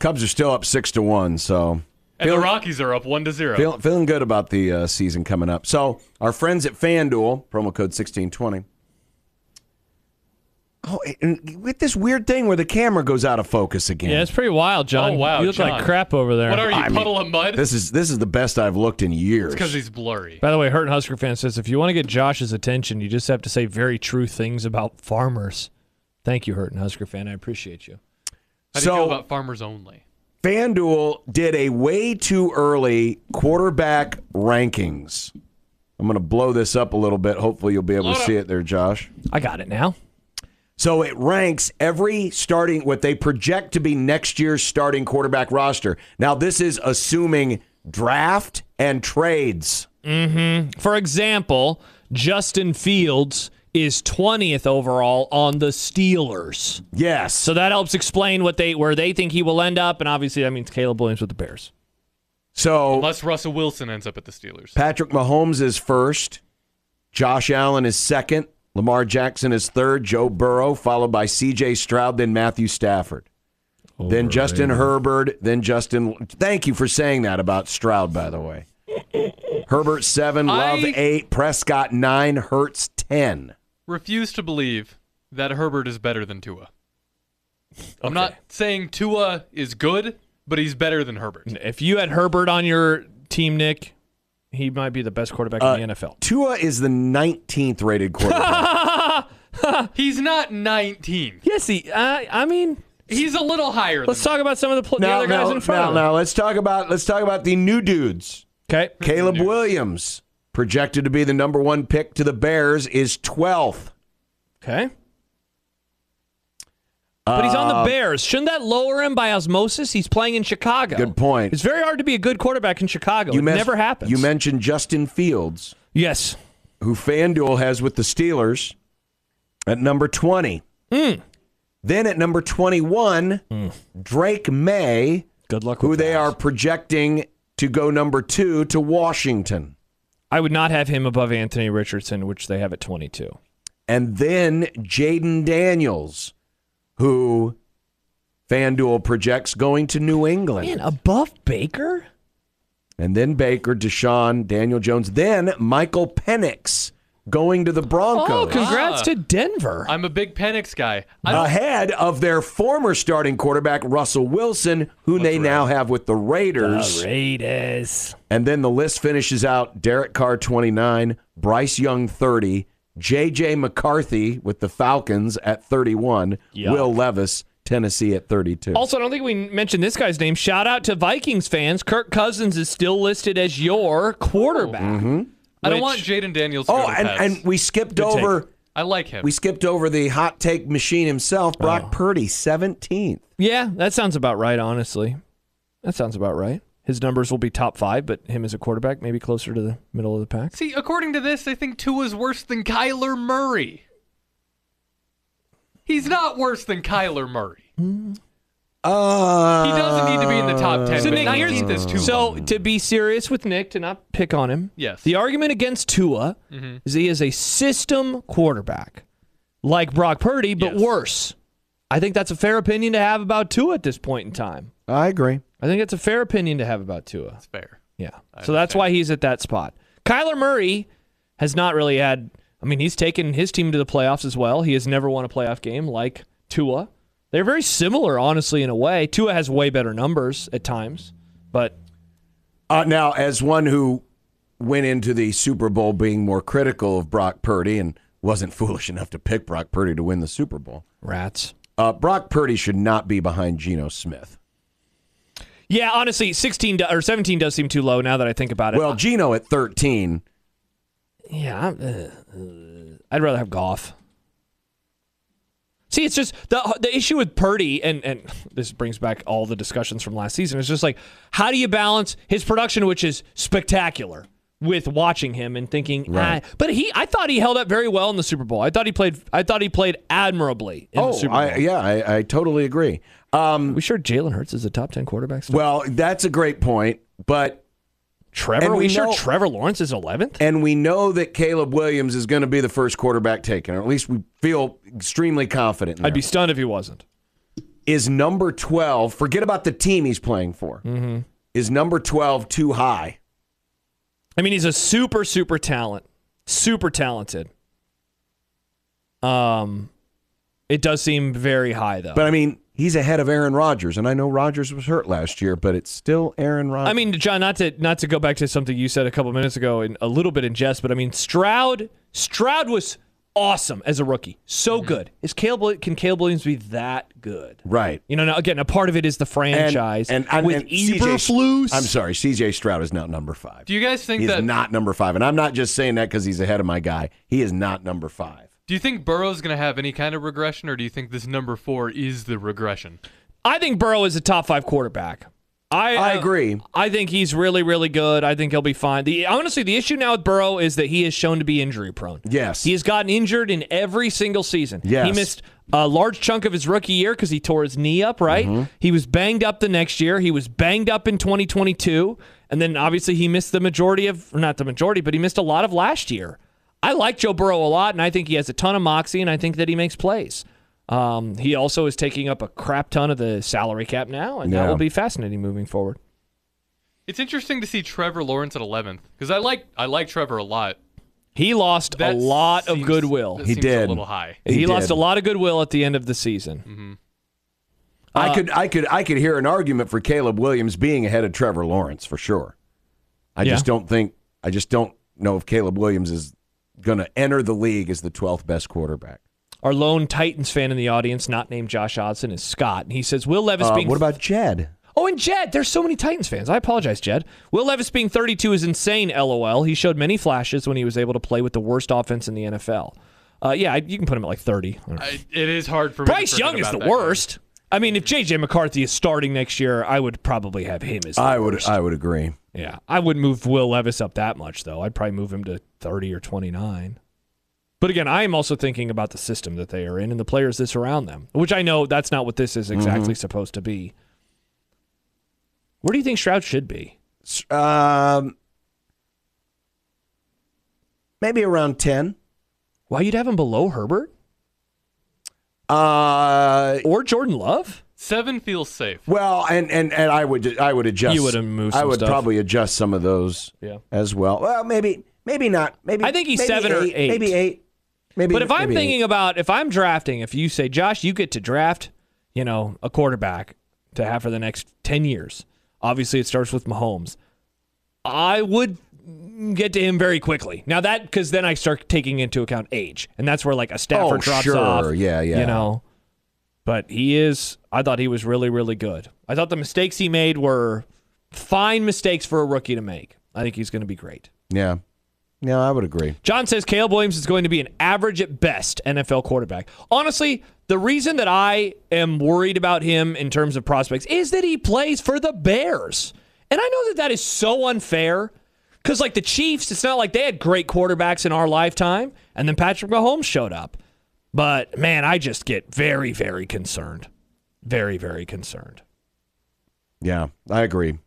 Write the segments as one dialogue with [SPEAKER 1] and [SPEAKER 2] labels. [SPEAKER 1] Cubs are still up six to one, so
[SPEAKER 2] And the Rockies are up one to zero.
[SPEAKER 1] feel, feeling good about the uh, season coming up. So our friends at FanDuel, promo code sixteen twenty. Oh, and with this weird thing where the camera goes out of focus again.
[SPEAKER 3] Yeah, it's pretty wild, John.
[SPEAKER 2] Oh, wow,
[SPEAKER 3] You look like
[SPEAKER 2] John.
[SPEAKER 3] crap over there.
[SPEAKER 2] what are you,
[SPEAKER 1] I mean,
[SPEAKER 2] puddle of mud?
[SPEAKER 1] This is this is the best I've looked in years.
[SPEAKER 2] because he's blurry.
[SPEAKER 3] By the way, Hurt and Husker fan says if you want to get Josh's attention, you just have to say very true things about farmers. Thank you, Hurt and Husker fan. I appreciate you.
[SPEAKER 2] How do you
[SPEAKER 1] so-
[SPEAKER 2] feel about farmers only?
[SPEAKER 1] FanDuel did a way too early quarterback rankings. I'm going to blow this up a little bit. Hopefully, you'll be able to
[SPEAKER 2] Load
[SPEAKER 1] see it there, Josh.
[SPEAKER 3] I got it now.
[SPEAKER 1] So it ranks every starting, what they project to be next year's starting quarterback roster. Now, this is assuming draft and trades.
[SPEAKER 3] For example, Justin Fields is 20th overall on the Steelers.
[SPEAKER 1] Yes.
[SPEAKER 3] So that helps explain what they where they think he will end up and obviously that means Caleb Williams with the Bears.
[SPEAKER 1] So
[SPEAKER 2] Unless Russell Wilson ends up at the Steelers.
[SPEAKER 1] Patrick Mahomes is first. Josh Allen is second. Lamar Jackson is third. Joe Burrow, followed by CJ Stroud, then Matthew Stafford. Then Justin Herbert, then Justin. Thank you for saying that about Stroud, by the way. Herbert seven, Love
[SPEAKER 2] I-
[SPEAKER 1] eight, Prescott nine, Hertz ten.
[SPEAKER 2] Refuse to believe that Herbert is better than Tua. I'm not saying Tua is good, but he's better than Herbert.
[SPEAKER 3] If you had Herbert on your team, Nick, he might be the best quarterback
[SPEAKER 2] Uh,
[SPEAKER 3] in the NFL.
[SPEAKER 1] Tua is the 19th rated quarterback.
[SPEAKER 2] He's not 19.
[SPEAKER 3] Yes, he. Uh, I mean,
[SPEAKER 2] He's a little higher
[SPEAKER 3] let's
[SPEAKER 2] than
[SPEAKER 3] talk about some of the, pl- the
[SPEAKER 1] now,
[SPEAKER 3] other guys
[SPEAKER 1] now,
[SPEAKER 3] in front
[SPEAKER 1] now,
[SPEAKER 3] of him.
[SPEAKER 1] now, let's talk about let's talk about the new dudes.
[SPEAKER 3] Okay.
[SPEAKER 1] Caleb Williams, projected to be the number one pick to the Bears, is 12th.
[SPEAKER 3] Okay. But he's on
[SPEAKER 1] Uh,
[SPEAKER 3] the Bears. Shouldn't that lower him by osmosis? He's playing in Chicago.
[SPEAKER 1] Good point.
[SPEAKER 3] It's very hard to be a good quarterback in Chicago. it
[SPEAKER 1] mes-
[SPEAKER 3] never happens.
[SPEAKER 1] You mentioned Justin Fields,
[SPEAKER 3] yes.
[SPEAKER 1] who FanDuel has with the Steelers at number 20.
[SPEAKER 3] Hmm.
[SPEAKER 1] Then at number 21, Drake May,
[SPEAKER 3] Good luck.
[SPEAKER 1] who
[SPEAKER 3] with
[SPEAKER 1] they
[SPEAKER 3] that.
[SPEAKER 1] are projecting to go number two to Washington.
[SPEAKER 3] I would not have him above Anthony Richardson, which they have at 22.
[SPEAKER 1] And then Jaden Daniels, who FanDuel projects going to New England.
[SPEAKER 3] Man, above Baker?
[SPEAKER 1] And then Baker, Deshaun, Daniel Jones, then Michael Penix going to the
[SPEAKER 3] Oh,
[SPEAKER 1] Broncos.
[SPEAKER 3] congrats
[SPEAKER 2] Ah.
[SPEAKER 3] to Denver.
[SPEAKER 2] I'm a big Penix guy. I don't,
[SPEAKER 1] ahead of their former starting quarterback Russell Wilson, who they now have with the Raiders.
[SPEAKER 3] Raiders.
[SPEAKER 1] And then the list finishes out Derek Carr 29, Bryce Young 30, JJ McCarthy with the Falcons at 31,
[SPEAKER 3] Yuck.
[SPEAKER 1] Will Levis Tennessee at 32.
[SPEAKER 3] Also, I don't think we mentioned this guy's name. Shout out to Vikings fans. Kirk Cousins is still listed as your quarterback.
[SPEAKER 1] Mm.
[SPEAKER 2] I don't
[SPEAKER 3] which-
[SPEAKER 2] want Jaden Daniels. To go
[SPEAKER 1] oh,
[SPEAKER 2] to the
[SPEAKER 1] and,
[SPEAKER 2] Pats.
[SPEAKER 1] and we skipped
[SPEAKER 3] take.
[SPEAKER 1] over
[SPEAKER 2] I like him.
[SPEAKER 1] we skipped over the hot take machine himself,
[SPEAKER 3] Oh.
[SPEAKER 1] Brock Purdy 17th.
[SPEAKER 3] Yeah, that sounds about right, honestly. That sounds about right. His numbers will be top five, but him as a quarterback, maybe closer to the middle of the pack.
[SPEAKER 2] See, according to this, I think Tua's worse than Kyler Murray. He's not worse than Kyler Murray.
[SPEAKER 1] Uh,
[SPEAKER 2] He doesn't need to be in the top 10,
[SPEAKER 3] So,
[SPEAKER 2] but
[SPEAKER 3] Nick, here's-
[SPEAKER 2] 19th is too
[SPEAKER 3] so to be serious with Nick, to not pick on him,
[SPEAKER 2] Yes.
[SPEAKER 3] the argument against Tua is he is a system quarterback, like Brock Purdy, but
[SPEAKER 2] Yes.
[SPEAKER 3] worse. I think that's a fair opinion to have about Tua at this point in time.
[SPEAKER 1] I agree.
[SPEAKER 3] I think it's a fair opinion to have about Tua.
[SPEAKER 2] That's fair.
[SPEAKER 3] Yeah. so that's why he's at that spot. Kyler Murray has not really had I mean, he's taken his team to the playoffs as well. He has never won a playoff game like Tua. They're very similar, honestly, in a way. Tua has way better numbers at times, but
[SPEAKER 1] Uh, now, as one who went into the Super Bowl being more critical of Brock Purdy and wasn't foolish enough to pick Brock Purdy to win the Super Bowl,
[SPEAKER 3] rats.
[SPEAKER 1] uh, Brock Purdy should not be behind Geno Smith.
[SPEAKER 3] Yeah, honestly, 16 do- or 17 does seem too low now that I think about it.
[SPEAKER 1] Well, Geno at 13,
[SPEAKER 3] yeah, I'm, uh, uh, I'd rather have Goff. See, it's just the the issue with Purdy, and and this brings back all the discussions from last season. It's just like, how do you balance his production, which is spectacular, with watching him and thinking,
[SPEAKER 1] Right.
[SPEAKER 3] "Ah." but he, I thought he held up very well in the Super Bowl. I thought he played, I thought he played admirably in the
[SPEAKER 1] Oh,
[SPEAKER 3] Super Bowl.
[SPEAKER 1] I, yeah, I, I totally agree. Um,
[SPEAKER 3] we sure Jalen Hurts is a top ten quarterback? Still?
[SPEAKER 1] well, that's a great point, but
[SPEAKER 3] Trevor,
[SPEAKER 1] and
[SPEAKER 3] we,
[SPEAKER 1] we
[SPEAKER 3] sure
[SPEAKER 1] know-
[SPEAKER 3] Trevor Lawrence is eleventh.
[SPEAKER 1] and we know that Caleb Williams is going to be the first quarterback taken, or at least we feel extremely confident. In
[SPEAKER 3] I'd
[SPEAKER 1] that.
[SPEAKER 3] be stunned if he wasn't.
[SPEAKER 1] is number twelve. Forget about the team he's playing for.
[SPEAKER 3] Mm-hmm.
[SPEAKER 1] Is number twelve too high?
[SPEAKER 3] I mean, he's a super, super talent, super talented. Um, it does seem very high though.
[SPEAKER 1] But I mean, he's ahead of Aaron Rodgers, and I know Rodgers was hurt last year, but it's still Aaron Rodgers.
[SPEAKER 3] I mean, John, not to not to go back to something you said a couple minutes ago, and a little bit in jest, but I mean, Stroud, Stroud was awesome as a rookie, so
[SPEAKER 1] Mm-hmm.
[SPEAKER 3] good. Is Caleb Wi- can Caleb Williams be that good?
[SPEAKER 1] right.
[SPEAKER 3] You know, now again, a part of it is the franchise
[SPEAKER 1] and, and,
[SPEAKER 3] with
[SPEAKER 1] and
[SPEAKER 3] Eberflus.
[SPEAKER 1] I'm sorry, CJ Stroud is not number five.
[SPEAKER 2] Do you guys think
[SPEAKER 1] He's
[SPEAKER 2] that?
[SPEAKER 1] not number five, and I'm not just saying that because he's ahead of my guy. He is not number five.
[SPEAKER 2] do you think Burrow's going to have any kind of regression, or do you think this number four is the regression?
[SPEAKER 3] I think Burrow is a top five quarterback. I
[SPEAKER 1] I
[SPEAKER 3] uh,
[SPEAKER 1] agree.
[SPEAKER 3] I think he's really, really good. I think he'll be fine. The honestly, the issue now with Burrow is that he is shown to be injury prone.
[SPEAKER 1] Yes.
[SPEAKER 3] he has gotten injured in every single season.
[SPEAKER 1] Yes.
[SPEAKER 3] he missed a large chunk of his rookie year because he tore his knee up. Right,
[SPEAKER 1] Mm-hmm.
[SPEAKER 3] he was banged up the next year. He was banged up in 2022, and then obviously he missed the majority of, or not the majority, but he missed a lot of last year. I like Joe Burrow a lot, and I think he has a ton of moxie, and I think that he makes plays. Um, he also is taking up a crap ton of the salary cap now, and that
[SPEAKER 1] Yeah.
[SPEAKER 3] will be fascinating moving forward.
[SPEAKER 2] It's interesting to see Trevor Lawrence at 11th because I like I like Trevor a lot.
[SPEAKER 3] He lost
[SPEAKER 2] That
[SPEAKER 3] a lot
[SPEAKER 2] seems-
[SPEAKER 3] of goodwill.
[SPEAKER 2] that
[SPEAKER 1] He
[SPEAKER 2] seems
[SPEAKER 1] did.
[SPEAKER 2] a little high.
[SPEAKER 3] He,
[SPEAKER 1] He
[SPEAKER 3] lost
[SPEAKER 1] did.
[SPEAKER 3] a lot of goodwill at the end of the season. Uh,
[SPEAKER 1] I could, I could, I could hear an argument for Caleb Williams being ahead of Trevor Lawrence for sure. I
[SPEAKER 3] Yeah.
[SPEAKER 1] just don't think, I just don't know if Caleb Williams is going to enter the league as the 12th best quarterback.
[SPEAKER 3] Our lone Titans fan in the audience, not named Josh Odson, is Scott, and he says Will Levis
[SPEAKER 1] Uh,
[SPEAKER 3] being
[SPEAKER 1] what about Jed?
[SPEAKER 3] oh, and Jed. There's so many Titans fans. I apologize, Jed. Will Levis being 32 is insane. LOL. He showed many flashes when he was able to play with the worst offense in the NFL. Uh, yeah, I- you can put him at like 30. I don't know.
[SPEAKER 2] I, it is hard for me. to
[SPEAKER 3] Bryce
[SPEAKER 2] forget
[SPEAKER 3] Young is
[SPEAKER 2] about
[SPEAKER 3] the
[SPEAKER 2] that guy.
[SPEAKER 3] worst. I mean, if JJ McCarthy is starting next year, I would probably have him as. The
[SPEAKER 1] I would,
[SPEAKER 3] worst.
[SPEAKER 1] I would agree.
[SPEAKER 3] Yeah, I wouldn't move Will Levis up that much though. I'd probably move him to 30 or 29. But again, I am also thinking about the system that they are in and the players that surround them, which I know that's not what this is exactly supposed to be. Where do you think Stroud should be?
[SPEAKER 1] S- Um, maybe around 10.
[SPEAKER 3] Why you'd have him below Herbert
[SPEAKER 1] Uh,
[SPEAKER 3] or Jordan Love?
[SPEAKER 2] Seven feels safe.
[SPEAKER 1] Well, and, and, and I would I would adjust.
[SPEAKER 3] You would have moved
[SPEAKER 1] I
[SPEAKER 3] some
[SPEAKER 1] would
[SPEAKER 3] stuff.
[SPEAKER 1] probably adjust some of those.
[SPEAKER 3] Yeah.
[SPEAKER 1] As well. Well, maybe maybe not. Maybe
[SPEAKER 3] I think he's
[SPEAKER 1] maybe
[SPEAKER 3] seven or eight.
[SPEAKER 1] Maybe eight. Maybe.
[SPEAKER 3] But if I'm
[SPEAKER 1] maybe
[SPEAKER 3] thinking
[SPEAKER 1] eight.
[SPEAKER 3] about if I'm drafting, if you say Josh, you get to draft, you know, a quarterback to have for the next ten years. Obviously, it starts with Mahomes. I would get to him very quickly. Now that because then I start taking into account age, and that's where like a Stafford
[SPEAKER 1] Oh,
[SPEAKER 3] drops
[SPEAKER 1] sure.
[SPEAKER 3] off.
[SPEAKER 1] Yeah, yeah.
[SPEAKER 3] You know, but he is. I thought he was really, really good. I thought the mistakes he made were fine mistakes for a rookie to make. I think he's going to be great.
[SPEAKER 1] yeah, yeah, I would agree.
[SPEAKER 3] John says Caleb Williams is going to be an average at best NFL quarterback. Honestly, the reason that I am worried about him in terms of prospects is that he plays for the Bears. And I know that that is so unfair because, like the Chiefs, it's not like they had great quarterbacks in our lifetime. And then Patrick Mahomes showed up. But man, I just get very, very concerned. Very, very concerned.
[SPEAKER 1] Yeah, I agree.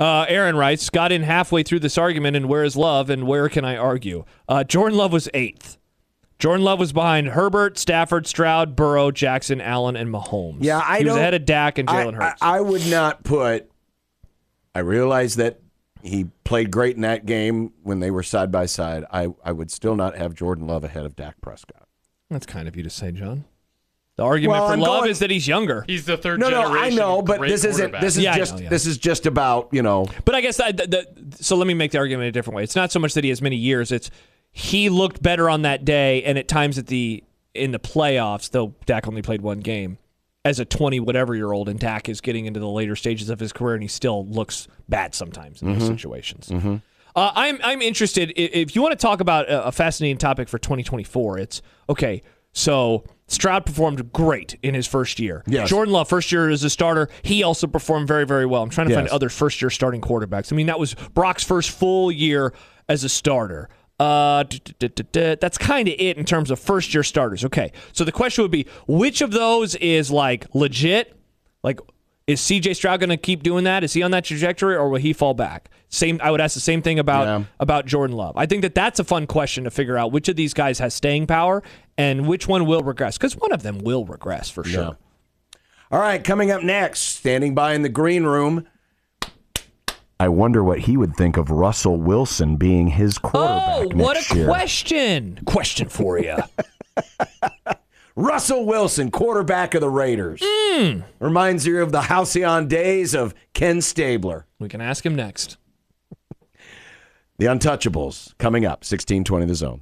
[SPEAKER 3] Uh, Aaron writes, got in halfway through this argument, and where is love, and where can I argue? Uh, Jordan Love was eighth. Jordan Love was behind Herbert, Stafford, Stroud, Burrow, Jackson, Allen, and Mahomes.
[SPEAKER 1] Yeah, I
[SPEAKER 3] he was
[SPEAKER 1] don't-
[SPEAKER 3] ahead of Dak and
[SPEAKER 1] I-
[SPEAKER 3] Jalen Hurts.
[SPEAKER 1] I, I would not put. I realize that he played great in that game when they were side by side. I I would still not have Jordan Love ahead of Dak Prescott.
[SPEAKER 3] That's kind of you to say, John. The argument
[SPEAKER 1] Well,
[SPEAKER 3] for
[SPEAKER 1] I'm
[SPEAKER 3] Love
[SPEAKER 1] going-
[SPEAKER 3] is that he's younger,
[SPEAKER 2] He's the third
[SPEAKER 1] No, no,
[SPEAKER 2] generation.
[SPEAKER 1] I know, but
[SPEAKER 2] great
[SPEAKER 1] this isn't.
[SPEAKER 2] quarterback.
[SPEAKER 1] This is
[SPEAKER 3] Yeah, I
[SPEAKER 1] just.
[SPEAKER 3] know, yeah.
[SPEAKER 1] This is just about you know.
[SPEAKER 3] but I guess I, the, the, so. Let me make the argument a different way. It's not so much that he has many years; it's he looked better on that day, and at times at the in the playoffs, though Dak only played one game. as a 20 whatever year old and Dak is getting into the later stages of his career and he still looks bad sometimes in those
[SPEAKER 1] Mm-hmm.
[SPEAKER 3] situations. Uh, I'm I'm interested i- if you want to talk about a a fascinating topic for 2024. It's okay. So Stroud performed great in his first year.
[SPEAKER 1] Yes.
[SPEAKER 3] Jordan Love, first year as a starter, he also performed very, very well. I'm trying to find
[SPEAKER 1] Yes.
[SPEAKER 3] other first year starting quarterbacks. I mean, that was Brock's first full year as a starter. Uh, d- d- d- d- d- that's kind of it in terms of first year starters. Okay. So the question would be which of those is like legit? Like, is CJ Stroud going to keep doing that? Is he on that trajectory or will he fall back? Same, I would ask the same thing about
[SPEAKER 1] Yeah.
[SPEAKER 3] about Jordan Love. I think that that's a fun question to figure out which of these guys has staying power and which one will regress because one of them will regress for sure.
[SPEAKER 1] All right, coming up next, standing by in the green room. I wonder what he would think of Russell Wilson being his quarterback.
[SPEAKER 3] Oh, what
[SPEAKER 1] next
[SPEAKER 3] a
[SPEAKER 1] year.
[SPEAKER 3] question! Question for you.
[SPEAKER 1] Russell Wilson, quarterback of the Raiders.
[SPEAKER 3] Hmm.
[SPEAKER 1] Reminds you of the halcyon days of Ken Stabler.
[SPEAKER 3] we can ask him next.
[SPEAKER 1] The Untouchables coming up, 1620 the zone.